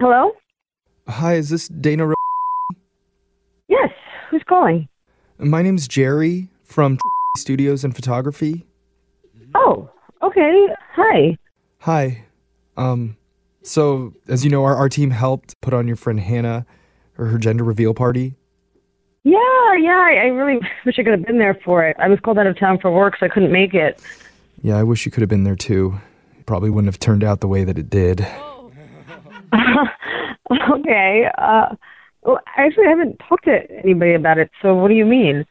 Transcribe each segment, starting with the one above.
Hello? Hi, is this Dana? Ro- Yes. Who's calling? My name's Jerry from Studios and Photography. Oh, okay. Hi. Hi. Um, so as you know, our, our team helped put on your friend Hannah or her gender reveal party. Yeah, yeah. I, I really wish I could have been there for it. I was called out of town for work, so I couldn't make it. Yeah, I wish you could have been there too. It probably wouldn't have turned out the way that it did. okay. Uh, well, I actually haven't talked to anybody about it, so what do you mean?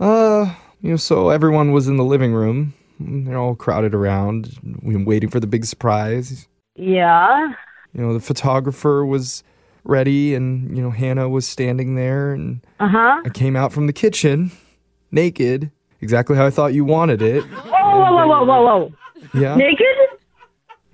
Uh, you know, so everyone was in the living room. They're all crowded around, we waiting for the big surprise. Yeah. You know, the photographer was ready and, you know, Hannah was standing there and Uh huh. I came out from the kitchen naked, exactly how I thought you wanted it. Whoa, whoa, whoa, whoa, whoa, whoa. Yeah. Naked?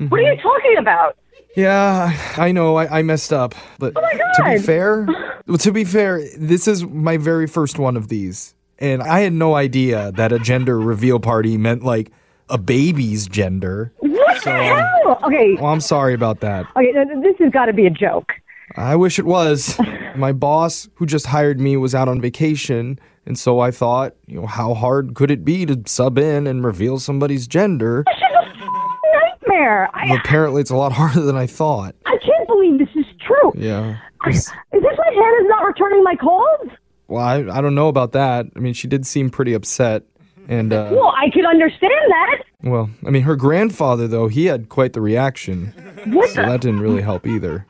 What are you talking about? Yeah, I know I, I messed up, but to be Oh God. fair, well, to be fair, this is my very first one of these, and I had no idea that a gender reveal party meant like a baby's gender. What the hell? Okay. Well, I'm sorry about that. Okay, th- th- this has got to be a joke. I wish it was. My boss, who just hired me, was out on vacation, and so I thought, you know, how hard could it be to sub in and reveal somebody's gender? This is a nightmare. I, Well, apparently, it's a lot harder than I thought. I can't believe this is true. Yeah. Is this why Hannah's not returning my calls? Well, I, I don't know about that. I mean, she did seem pretty upset. And, uh, Well, I can understand that. well, I mean, her grandfather, though, he had quite the reaction. What So the? that didn't really help either.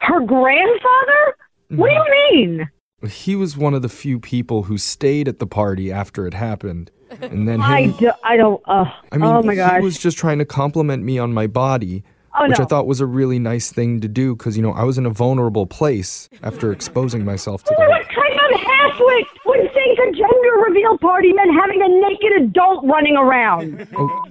Her grandfather? What do you mean? He was one of the few people who stayed at the party after it happened. And then I, him, do, I don't. Uh, I mean, oh my he gosh. was just trying to compliment me on my body, oh which no. I thought was a really nice thing to do because, you know, I was in a vulnerable place after exposing myself to what that. kind of halfwit would think a gender reveal party meant having a naked adult running around? Damn it! Oh.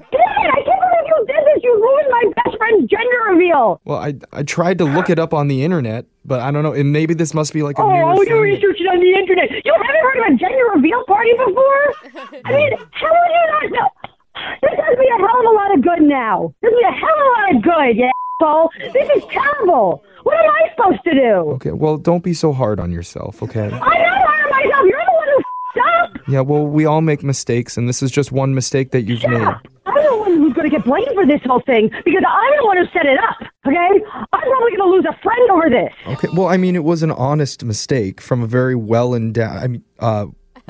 I can't believe you did this. You ruined my best friend's gender reveal. Well, I, I tried to look it up on the internet, but I don't know. And maybe this must be like a Oh, new you thing. researched it on the internet. You haven't heard of a gender reveal party before? I mean, how would you not know? This does me a hell of a lot of good now. This does me a hell of a lot of good, you asshole. This is terrible. What am I supposed to do? Okay, well, don't be so hard on yourself, okay? I'm not hard on myself. You're the one who f***ed up. Yeah, well, we all make mistakes, and this is just one mistake that you've made. Yeah. I'm the one who's going to get blamed for this whole thing because I'm the one who set it up, okay? I'm probably going to lose a friend over this. Okay, well, I mean, it was an honest mistake from a very well endowed, I mean, uh,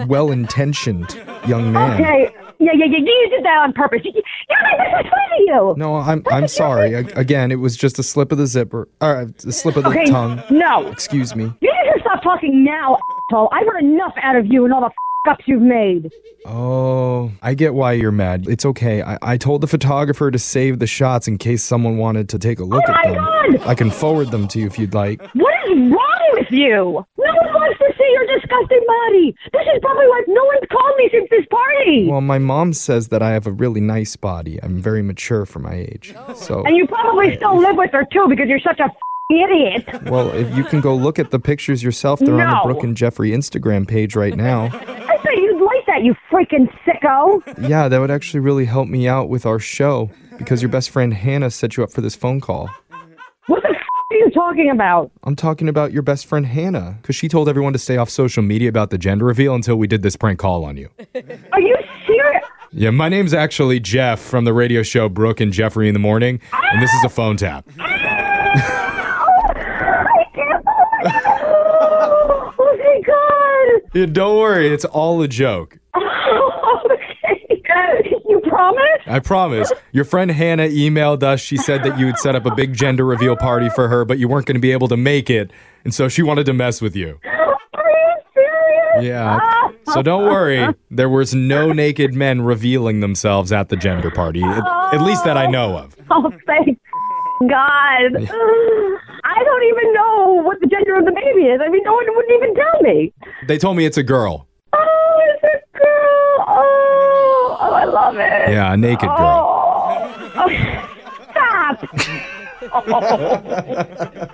well intentioned young man. Okay. Yeah, yeah, yeah. You did that on purpose. You, you, you made this is sweet of you. No, I'm I'm sorry. I, again, it was just a slip of the zipper, or a slip of the okay. tongue. No. Excuse me. You need to stop talking now, asshole. I've heard enough out of you and all the f- ups you've made. Oh, I get why you're mad. It's okay. I, I told the photographer to save the shots in case someone wanted to take a look Oh at my them. God! I can forward them to you if you'd like. What is wrong with you? No one wants to see your disgusting body. This is probably why no one's called me since this party. Well, my mom says that I have a really nice body. I'm very mature for my age. So, and you probably still live with her too because you're such a f- idiot. well, if you can go look at the pictures yourself, they're on the No. Brooke and Jeffrey Instagram page right now. I bet you'd like that, you freaking sicko. Yeah, that would actually really help me out with our show because your best friend Hannah set you up for this phone call. What the f- are you talking about? I'm talking about your best friend Hannah because she told everyone to stay off social media about the gender reveal until we did this prank call on you. Are you serious? Yeah, my name's actually Jeff from the radio show Brooke and Jeffrey in the Morning, and this is a phone tap. I can't. Oh my god. Oh my god. Yeah, don't worry, it's all a joke. okay. You promise? I promise. Your friend Hannah emailed us. She said that you had set up a big gender reveal party for her, but you weren't going to be able to make it. And so she wanted to mess with you. Are you serious? Yeah. So don't worry. There was no naked men revealing themselves at the gender party, at, at least that I know of. Oh, thank God. I don't even know what the gender of the baby is. I mean, no one wouldn't even tell me. They told me it's a girl. Oh, it's a girl. Oh, oh I love it. Yeah, a naked girl. Oh. oh, stop.